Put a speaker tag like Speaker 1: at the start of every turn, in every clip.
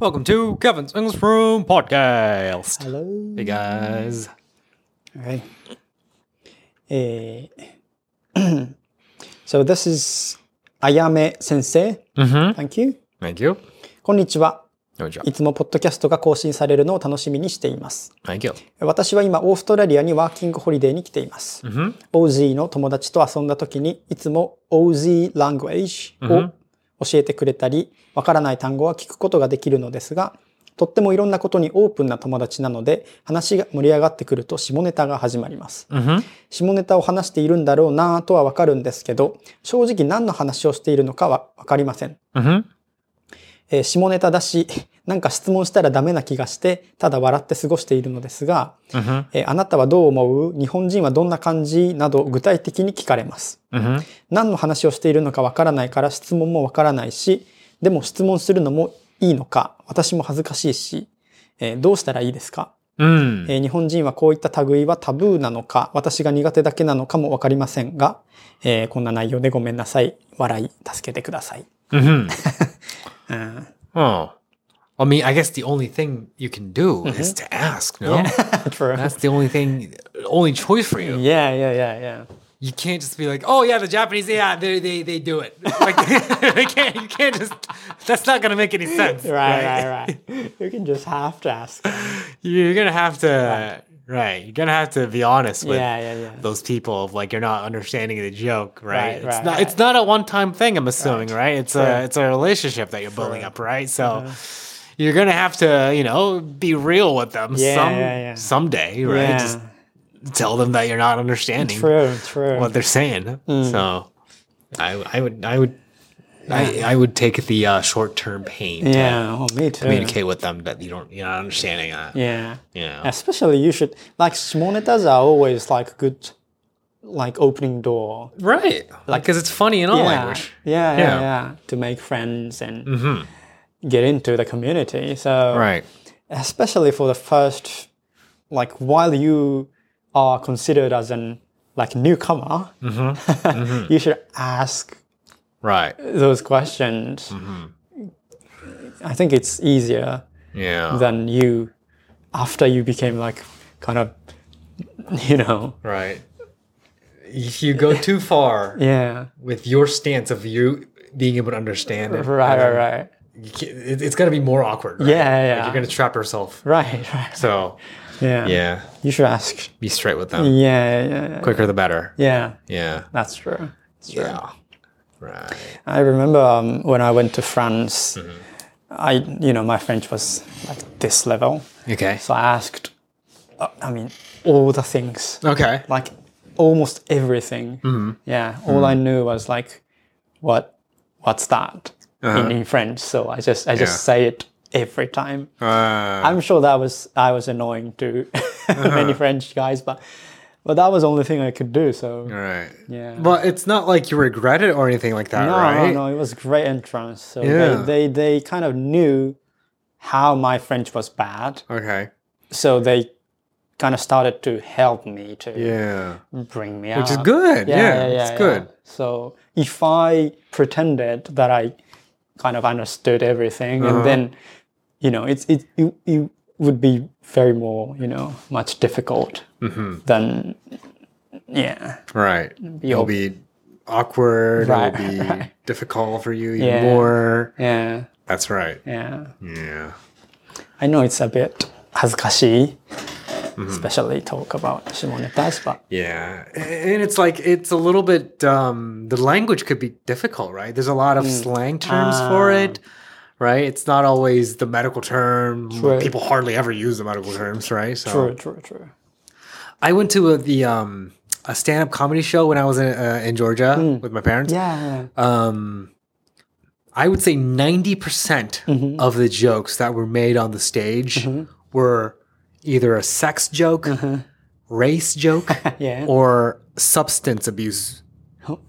Speaker 1: Welcome to Kevin's English Room Podcast.
Speaker 2: Hello.
Speaker 1: Hey guys.
Speaker 2: Right. Eh, so this is Ayame Sensei. Thank you.
Speaker 1: Thank you.
Speaker 2: こんにちは。
Speaker 1: こんにちはい
Speaker 2: つもポッドキャストが更新されるのを楽しみにしています。
Speaker 1: Thank you.
Speaker 2: 私は今オーストラリアにワーキングホリデーに来ています。オージーの友達と遊んだ時にいつもオージーラングエージを教えてくれたり、わからない単語は聞くことができるのですが、とってもいろんなことにオープンな友達なので、話が盛り上がってくると下ネタが始まります。下ネタを話しているんだろうなぁとはわかるんですけど、正直何の話をしているのかはわかりません。えー下ネタだし、 なんか質問したらダメな気がして、ただ笑って過ごしているのですが、えーあなたはどう思う日本人はどんな感じなど具体的に聞かれます。何の話をしているのかわからないから質問もわからないし、でも質問するのもいいのか、私も恥ずかしいし、えーどうしたらいいですか、えー日本人はこういった類はタブーなのか、私が苦手だけなのかもわかりませんが、えーこんな内容でごめんなさい。笑い、助けてくだ さい。Mm-hmm. うん、
Speaker 1: Oh. I mean, I guess the only thing you can do
Speaker 2: Mm-hmm.
Speaker 1: is to ask, no?
Speaker 2: True.
Speaker 1: That's the only thing, only choice for you.
Speaker 2: Yeah, yeah, yeah, yeah.
Speaker 1: You can't just be like, oh yeah, the Japanese, yeah, they they, they do it. Like, they can't, you can't just, that's not going to make any sense.
Speaker 2: Right, right, right. you can just have to ask.
Speaker 1: You're going to have to, right, you're going to have to be honest with
Speaker 2: Yeah, yeah, yeah.
Speaker 1: those people of like you're not understanding the joke, right?
Speaker 2: Right,
Speaker 1: it's
Speaker 2: right,
Speaker 1: not it's not a one time thing, I'm assuming, right? It's a it's a relationship that you're building
Speaker 2: True.
Speaker 1: up, right? So
Speaker 2: Uh-huh.
Speaker 1: you're gonna have to, you know, be real with them
Speaker 2: Yeah,
Speaker 1: some
Speaker 2: yeah, yeah.
Speaker 1: someday, right?
Speaker 2: Yeah.
Speaker 1: Just tell them that you're not understanding
Speaker 2: True, Mm. true.
Speaker 1: what they're saying. So I I would I would I, I would take the uh, short term pain to
Speaker 2: yeah, oh, me too.
Speaker 1: communicate with them that you don't you're not understanding that.
Speaker 2: Yeah.
Speaker 1: You know.
Speaker 2: Especially you should like Shimonetas are always like good like opening door.
Speaker 1: Right. Like, because it's funny in all
Speaker 2: Yeah.
Speaker 1: language.
Speaker 2: Yeah, yeah,
Speaker 1: Yeah.
Speaker 2: yeah, To make friends and get into the community. So
Speaker 1: Right.
Speaker 2: especially for the first like while you are considered as an like newcomer,
Speaker 1: Mm-hmm.
Speaker 2: you should ask
Speaker 1: Right.
Speaker 2: those questions.
Speaker 1: Mm-hmm.
Speaker 2: I think it's easier
Speaker 1: Yeah.
Speaker 2: than you after you became like kind of you know
Speaker 1: Right. If you go too far
Speaker 2: yeah
Speaker 1: with your stance of you being able to understand it,
Speaker 2: right right right
Speaker 1: you can't- it- it's going to be more awkward. right?
Speaker 2: Yeah, yeah,
Speaker 1: Like,
Speaker 2: yeah.
Speaker 1: you're going to trap yourself.
Speaker 2: right right
Speaker 1: So,
Speaker 2: yeah
Speaker 1: yeah,
Speaker 2: you should ask
Speaker 1: be straight with them.
Speaker 2: yeah yeah yeah,
Speaker 1: Quicker the better.
Speaker 2: yeah.
Speaker 1: Yeah.
Speaker 2: that's true that's true
Speaker 1: Yeah. Right.
Speaker 2: I remember um, when I went to France I you know my French was like this level
Speaker 1: Okay.
Speaker 2: so I asked uh, I mean all the things
Speaker 1: Okay.
Speaker 2: like almost everything. Yeah, all I knew was like, what, what's that in, in French? So I just I just
Speaker 1: Yeah.
Speaker 2: say it every time.
Speaker 1: Uh,
Speaker 2: I'm sure that was I was annoying to many French guys, but but that was the only thing I could do. So
Speaker 1: all right.
Speaker 2: Yeah.
Speaker 1: But it's not like you regret it or anything like that,
Speaker 2: no,
Speaker 1: right?
Speaker 2: Oh, no, no, it was great entrance. So
Speaker 1: Yeah.
Speaker 2: they, they they kind of knew how my French was bad,
Speaker 1: Okay.
Speaker 2: so they kind of started to help me to
Speaker 1: Yeah.
Speaker 2: bring me out.
Speaker 1: Which is good. Yeah. it's good.
Speaker 2: So if I pretended that I kind of understood everything,
Speaker 1: Uh-huh.
Speaker 2: and then you know, it's it, it it would be very more you know much difficult
Speaker 1: Mm-hmm.
Speaker 2: than yeah
Speaker 1: Right. It'll
Speaker 2: op-
Speaker 1: be awkward.
Speaker 2: Right,
Speaker 1: It'll be
Speaker 2: right.
Speaker 1: difficult for you even
Speaker 2: Yeah.
Speaker 1: more.
Speaker 2: yeah
Speaker 1: That's right.
Speaker 2: yeah.
Speaker 1: Yeah.
Speaker 2: I know it's a bit hazkashi, Mm-hmm. especially talk about shimoneta's, but
Speaker 1: Yeah. And it's like it's a little bit um the language could be difficult, right? There's a lot
Speaker 2: Mm.
Speaker 1: of slang terms for
Speaker 2: Ah.
Speaker 1: it. Right? It's not always the medical term.
Speaker 2: True.
Speaker 1: People hardly ever use the medical terms, right? So
Speaker 2: true, true, true.
Speaker 1: I went to a, the um a stand-up comedy show when I was in, uh, in Georgia with my parents.
Speaker 2: Mm. Yeah,
Speaker 1: I would say 90% percent
Speaker 2: Mm-hmm.
Speaker 1: of the jokes that were made on the stage were either a sex joke, race joke,
Speaker 2: Mm-hmm. yeah.
Speaker 1: or substance abuse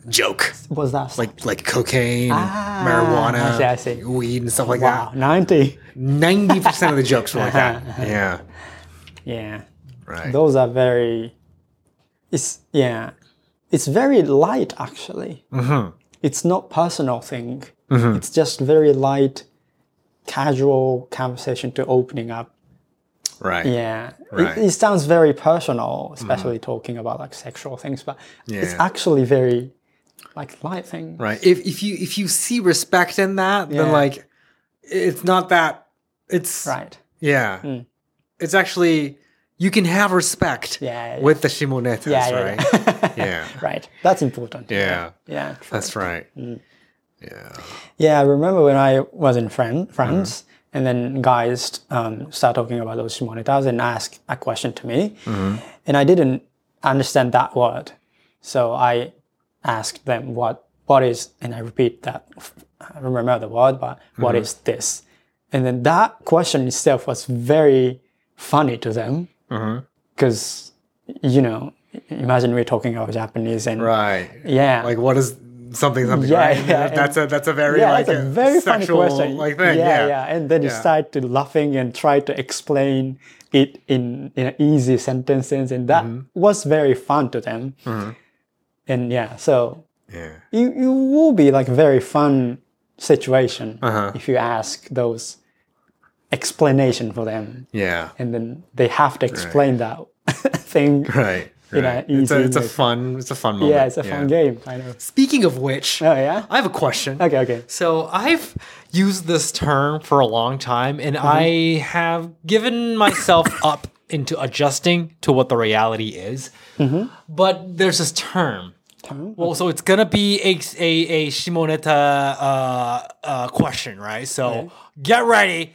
Speaker 1: joke.
Speaker 2: was that
Speaker 1: Like like cocaine,
Speaker 2: Ah,
Speaker 1: marijuana,
Speaker 2: I see, I see.
Speaker 1: weed and stuff like
Speaker 2: uh, wow ninety?
Speaker 1: that. 90% of the jokes were like that. Yeah.
Speaker 2: Yeah.
Speaker 1: Right.
Speaker 2: those are very it's yeah it's very light Mm-hmm. actually it's not personal thing it's just very light casual conversation to opening up.
Speaker 1: Right.
Speaker 2: Yeah.
Speaker 1: Right. Mm.
Speaker 2: It, it sounds very personal, especially talking about like sexual things, but it's
Speaker 1: Yeah.
Speaker 2: actually very like light thing.
Speaker 1: Right. If if you if you see respect in that,
Speaker 2: Yeah.
Speaker 1: then like it's not that it's
Speaker 2: Right. Hmm.
Speaker 1: yeah. It's actually you can have respect
Speaker 2: Yeah, yeah.
Speaker 1: with the Shimonetas,
Speaker 2: Yeah, yeah,
Speaker 1: right? Yeah.
Speaker 2: Right. That's important.
Speaker 1: Yeah.
Speaker 2: Yeah. true.
Speaker 1: That's right.
Speaker 2: Hmm.
Speaker 1: Yeah.
Speaker 2: Yeah, I remember when I was in Fran- France, and then guys um, start talking about those monitors and ask a question to me, and I didn't understand that word, so I asked them what what is, and I repeat that I remember the word, but what is this? And then that question itself was very funny to them because you know imagine we're talking about Japanese and
Speaker 1: Right.
Speaker 2: yeah
Speaker 1: Like what is something something
Speaker 2: Yeah,
Speaker 1: right?
Speaker 2: yeah, and-
Speaker 1: that's a that's a very
Speaker 2: yeah,
Speaker 1: like
Speaker 2: that's a very funny
Speaker 1: sexual
Speaker 2: question.
Speaker 1: like thing.
Speaker 2: yeah,
Speaker 1: Yeah.
Speaker 2: And then you
Speaker 1: Yeah.
Speaker 2: start to laughing and try to explain it in, in easy sentences, and that
Speaker 1: Mm-hmm.
Speaker 2: was very fun to them. And yeah, so
Speaker 1: Yeah.
Speaker 2: you you will be like very fun situation
Speaker 1: Uh-huh.
Speaker 2: if you ask those explanation for them,
Speaker 1: Yeah.
Speaker 2: and then they have to explain that thing.
Speaker 1: Right.
Speaker 2: You know,
Speaker 1: right. it's a
Speaker 2: easy
Speaker 1: it's a
Speaker 2: way.
Speaker 1: fun it's a fun moment.
Speaker 2: Yeah, it's a fun game, kind of.
Speaker 1: Speaking of which,
Speaker 2: Oh yeah.
Speaker 1: I have a question.
Speaker 2: Okay, okay.
Speaker 1: So I've used this term for a long time, and I have given myself up into adjusting to what the reality is. But there's this term. Well, so it's gonna be a a, a Shimoneta uh, uh, question, right? So get ready,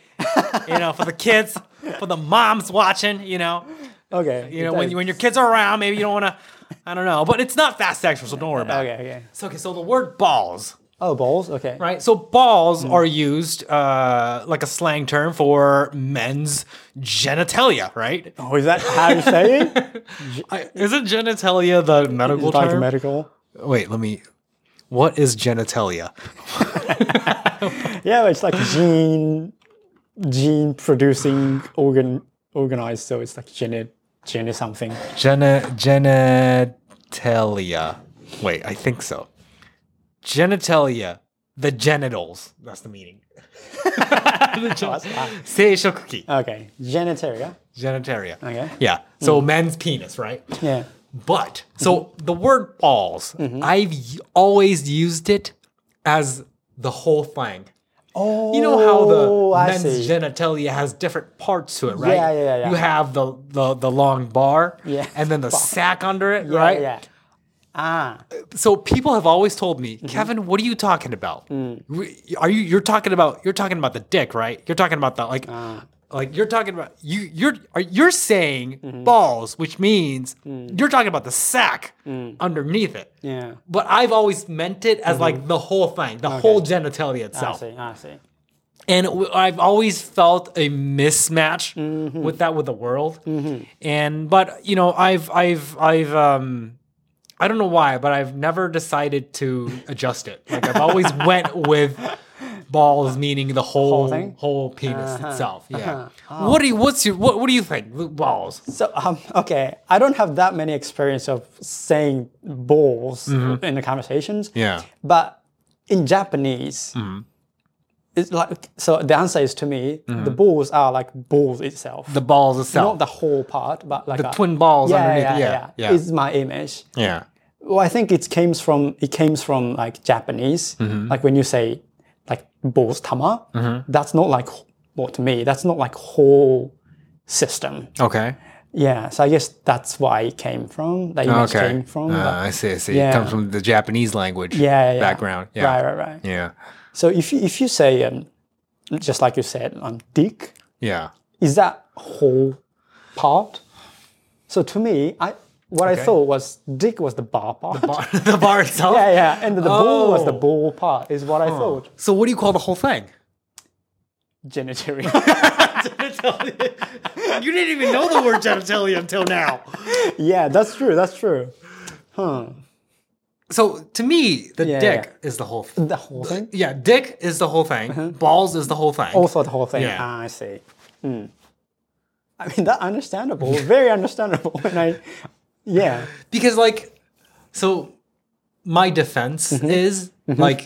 Speaker 1: you know, for the kids, for the moms watching, you know,
Speaker 2: Okay.
Speaker 1: you know, when you, when your kids are around, maybe you don't want to, I don't know, but it's not fast sexual, so don't worry about
Speaker 2: Okay,
Speaker 1: it.
Speaker 2: okay.
Speaker 1: So okay, so the word balls
Speaker 2: Oh, balls. Okay.
Speaker 1: right? So balls
Speaker 2: Hmm.
Speaker 1: are used uh, like a slang term for men's genitalia, right?
Speaker 2: Oh, is that how you say it?
Speaker 1: I, isn't genitalia the medical
Speaker 2: It's like
Speaker 1: term?
Speaker 2: medical.
Speaker 1: Wait, let me. What is genitalia?
Speaker 2: Yeah, it's like gene gene producing organ organized, so it's like gene gene something.
Speaker 1: Geni- genitalia. Wait, I think so. Genitalia, the genitals. That's the meaning. the gen- Seishokuki,
Speaker 2: Okay, genitalia.
Speaker 1: genitalia.
Speaker 2: Uh. Okay. Hmm.
Speaker 1: Yeah. So men's penis, right?
Speaker 2: Yeah.
Speaker 1: But so the word balls,
Speaker 2: Mm-hmm.
Speaker 1: I've y- always used it as the whole thing.
Speaker 2: Oh,
Speaker 1: You know how the
Speaker 2: I
Speaker 1: men's
Speaker 2: see.
Speaker 1: genitalia has different parts to it, right?
Speaker 2: Yeah, yeah, yeah, yeah.
Speaker 1: You have the the, the long bar,
Speaker 2: Yeah.
Speaker 1: and then the sack under it,
Speaker 2: Yeah,
Speaker 1: right?
Speaker 2: Oh, Yeah. Ah,
Speaker 1: So people have always told me, Kevin, what are you talking about? Re- Are you you're talking about you're talking about the dick, right? You're talking about the like like you're talking about you you're are, you're saying balls, which means you're talking about the sack underneath it.
Speaker 2: yeah.
Speaker 1: But I've always meant it as like the whole thing, the whole genitalia
Speaker 2: I
Speaker 1: itself.
Speaker 2: see. I see.
Speaker 1: And w- I've always felt a mismatch
Speaker 2: Mm-hmm.
Speaker 1: with that with the world. And but you know, I've I've I've um I don't know why, but I've never decided to adjust it. Like I've always went with balls meaning the whole whole,
Speaker 2: thing? Uh-huh. Oh.
Speaker 1: penis itself. Yeah. What do you what's your what, what do you think? the Balls.
Speaker 2: So um, okay, I don't have that many experience of saying balls in the conversations.
Speaker 1: Mm-hmm. Yeah. Mm-hmm.
Speaker 2: But in Japanese, it's like so. The answer is to me,
Speaker 1: Mm-hmm.
Speaker 2: the balls are like balls itself,
Speaker 1: The balls
Speaker 2: not
Speaker 1: itself.
Speaker 2: the whole part, but like
Speaker 1: Oh. the
Speaker 2: a-
Speaker 1: twin balls
Speaker 2: Yeah,
Speaker 1: underneath.
Speaker 2: yeah,
Speaker 1: Yeah.
Speaker 2: yeah,
Speaker 1: Yeah.
Speaker 2: Is my image.
Speaker 1: yeah.
Speaker 2: Well, I think it came from it came from like Japanese.
Speaker 1: Mm-hmm.
Speaker 2: Like when you say like balls tama, that's not like well to me, that's not like whole system.
Speaker 1: Okay.
Speaker 2: Yeah, so I guess that's why it came from. That image
Speaker 1: Okay.
Speaker 2: came from.
Speaker 1: Ah,
Speaker 2: but-
Speaker 1: I see. I see. It
Speaker 2: Yeah.
Speaker 1: comes from the Japanese language
Speaker 2: yeah, yeah, yeah.
Speaker 1: background. Yeah.
Speaker 2: Right, right, right.
Speaker 1: Yeah.
Speaker 2: So if you, if you say um, just like you said, um, dick,
Speaker 1: Yeah.
Speaker 2: is that whole part? So to me, I what I
Speaker 1: Okay.
Speaker 2: thought was dick was the bar part.
Speaker 1: Bar- the bar itself.
Speaker 2: yeah, yeah, and the ball was the
Speaker 1: Oh.
Speaker 2: ball part. Is what I thought.
Speaker 1: So what do you call the whole thing?
Speaker 2: Genitalia.
Speaker 1: you didn't even know the word genitalia until now.
Speaker 2: yeah, that's true. That's true.
Speaker 1: So to me, the
Speaker 2: Yeah, Uh-huh.
Speaker 1: dick is the whole thing.
Speaker 2: The whole thing.
Speaker 1: Yeah, dick is the whole thing. Balls is the whole thing.
Speaker 2: Also, the whole thing.
Speaker 1: Yeah.
Speaker 2: Ah, I see. Hmm. I mean, that understandable. very understandable. When I, yeah, Mm-hmm.
Speaker 1: Because like, so my defense is like,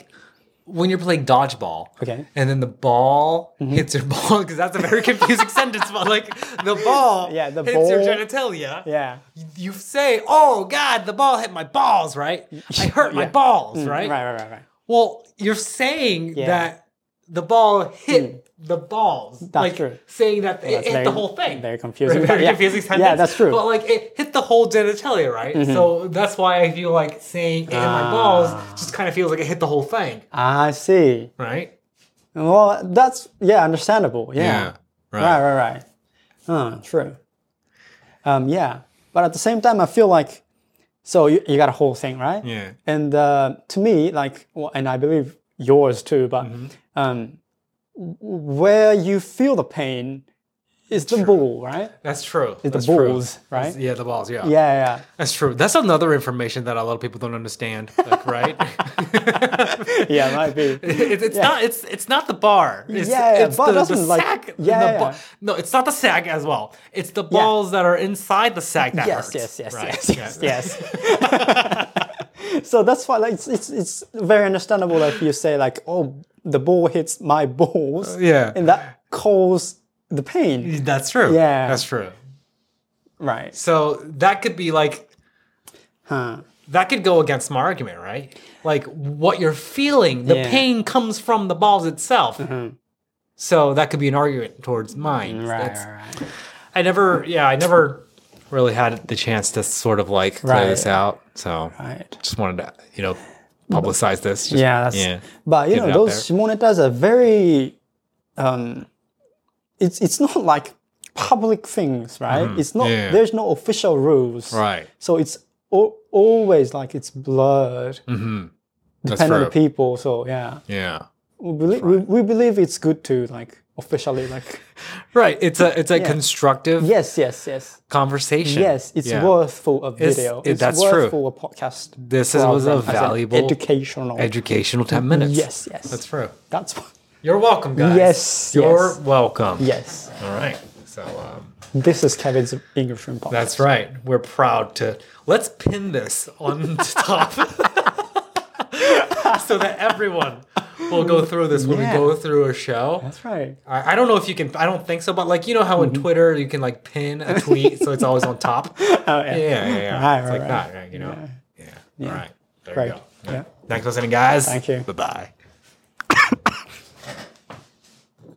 Speaker 1: when you're playing dodgeball,
Speaker 2: Okay. Mm-hmm.
Speaker 1: and then the ball hits your ball because that's a very confusing sentence. But like the ball,
Speaker 2: Yeah, the
Speaker 1: hits your
Speaker 2: ball-
Speaker 1: genitalia.
Speaker 2: Yeah.
Speaker 1: You say, "Oh God, the ball hit my balls!" Right? I hurt my
Speaker 2: Yeah.
Speaker 1: balls,
Speaker 2: Right,
Speaker 1: right?
Speaker 2: right, right, right.
Speaker 1: Well, you're saying
Speaker 2: Yeah. Mm.
Speaker 1: that the ball hit the balls, like
Speaker 2: true.
Speaker 1: saying that it
Speaker 2: That's
Speaker 1: hit
Speaker 2: very-
Speaker 1: the whole thing.
Speaker 2: very confusing,
Speaker 1: Very
Speaker 2: but yeah.
Speaker 1: confusing
Speaker 2: Yeah,
Speaker 1: sentence.
Speaker 2: that's true. Mm-hmm.
Speaker 1: But like it hit the whole genitalia, right? So that's why I feel like saying it hit my
Speaker 2: Ah.
Speaker 1: balls just kind of feels like it hit the whole thing,
Speaker 2: I see.
Speaker 1: right?
Speaker 2: Well, that's yeah, understandable. Yeah. Right, right, right. Hmm, true. Um, yeah, but at the same time, I feel like so you, you got a whole thing, right?
Speaker 1: Yeah.
Speaker 2: And uh, to me, like, well, and I believe yours too, but
Speaker 1: Mm-hmm.
Speaker 2: um, w- where you feel the pain is the ball, right?
Speaker 1: That's true.
Speaker 2: Is the
Speaker 1: That's true.
Speaker 2: balls, right?
Speaker 1: Yeah, the balls. Yeah.
Speaker 2: Yeah, yeah.
Speaker 1: that's true. That's another information that a lot of people don't understand, like, right?
Speaker 2: Yeah, it might be.
Speaker 1: It's, it's not it's it's not the bar. It's,
Speaker 2: Yeah, yeah,
Speaker 1: it's
Speaker 2: but
Speaker 1: the,
Speaker 2: that's
Speaker 1: the
Speaker 2: like-
Speaker 1: sack. the
Speaker 2: yeah, yeah.
Speaker 1: ba- no, it's not the sack as well. It's the balls that are inside the sack that
Speaker 2: yes,
Speaker 1: hurts.
Speaker 2: yes, yes,
Speaker 1: right?
Speaker 2: yes,
Speaker 1: Yeah.
Speaker 2: yes, yes. so that's why, like, it's, it's it's very understandable if you say like, oh, the ball hits my balls,
Speaker 1: Uh, yeah.
Speaker 2: and that caused the pain,
Speaker 1: That's true.
Speaker 2: Yeah.
Speaker 1: that's true.
Speaker 2: right?
Speaker 1: So that could be like
Speaker 2: Huh.
Speaker 1: that could go against my argument, right? Like what you're feeling, the
Speaker 2: Yeah. Mm-hmm.
Speaker 1: pain comes from the balls itself. So that could be an argument towards mine.
Speaker 2: Right,
Speaker 1: That's-
Speaker 2: right,
Speaker 1: I never, yeah, I never really had the chance to sort of like play
Speaker 2: Right.
Speaker 1: this out. So
Speaker 2: right.
Speaker 1: just wanted to, you know, publicize this. Just-
Speaker 2: Yeah, that's,
Speaker 1: yeah,
Speaker 2: But you
Speaker 1: Get it
Speaker 2: know,
Speaker 1: out
Speaker 2: those shimoneta's are very, um, it's it's not like public things, right? It's not.
Speaker 1: Mm-hmm. Yeah.
Speaker 2: There's no official rules,
Speaker 1: right.
Speaker 2: So it's al- always like it's blurred,
Speaker 1: Mm-hmm. That's
Speaker 2: depending on the
Speaker 1: true.
Speaker 2: people. So yeah.
Speaker 1: Yeah,
Speaker 2: we believe, we, we believe it's good to like officially like
Speaker 1: right. It's a it's a constructive
Speaker 2: yes yes yes
Speaker 1: conversation.
Speaker 2: yes it's
Speaker 1: Yeah.
Speaker 2: worth for a
Speaker 1: It's-
Speaker 2: video
Speaker 1: it-
Speaker 2: it's
Speaker 1: that's
Speaker 2: worth
Speaker 1: true.
Speaker 2: for a podcast
Speaker 1: This is, was a
Speaker 2: program as an
Speaker 1: valuable
Speaker 2: educational
Speaker 1: educational ten minutes.
Speaker 2: yes yes
Speaker 1: that's true.
Speaker 2: that's what
Speaker 1: You're welcome, guys.
Speaker 2: Yes,
Speaker 1: you're
Speaker 2: yes.
Speaker 1: welcome.
Speaker 2: yes
Speaker 1: All right. So um,
Speaker 2: this is Kevin's English room podcast
Speaker 1: that's right. We're proud to let's pin this on top so that everyone will go through this when
Speaker 2: Yeah.
Speaker 1: we go through a show.
Speaker 2: that's right
Speaker 1: I, I don't know if you can. I don't think so, but like you know how
Speaker 2: Mm-hmm.
Speaker 1: in Twitter you can like pin a tweet, so it's always on top. yeah, yeah, yeah.
Speaker 2: Oh, Right,
Speaker 1: it's like
Speaker 2: right, right.
Speaker 1: that, right? You know. Yeah. All right. There
Speaker 2: Right.
Speaker 1: you go.
Speaker 2: Yeah.
Speaker 1: Thanks for listening, guys.
Speaker 2: Thank you.
Speaker 1: Bye bye.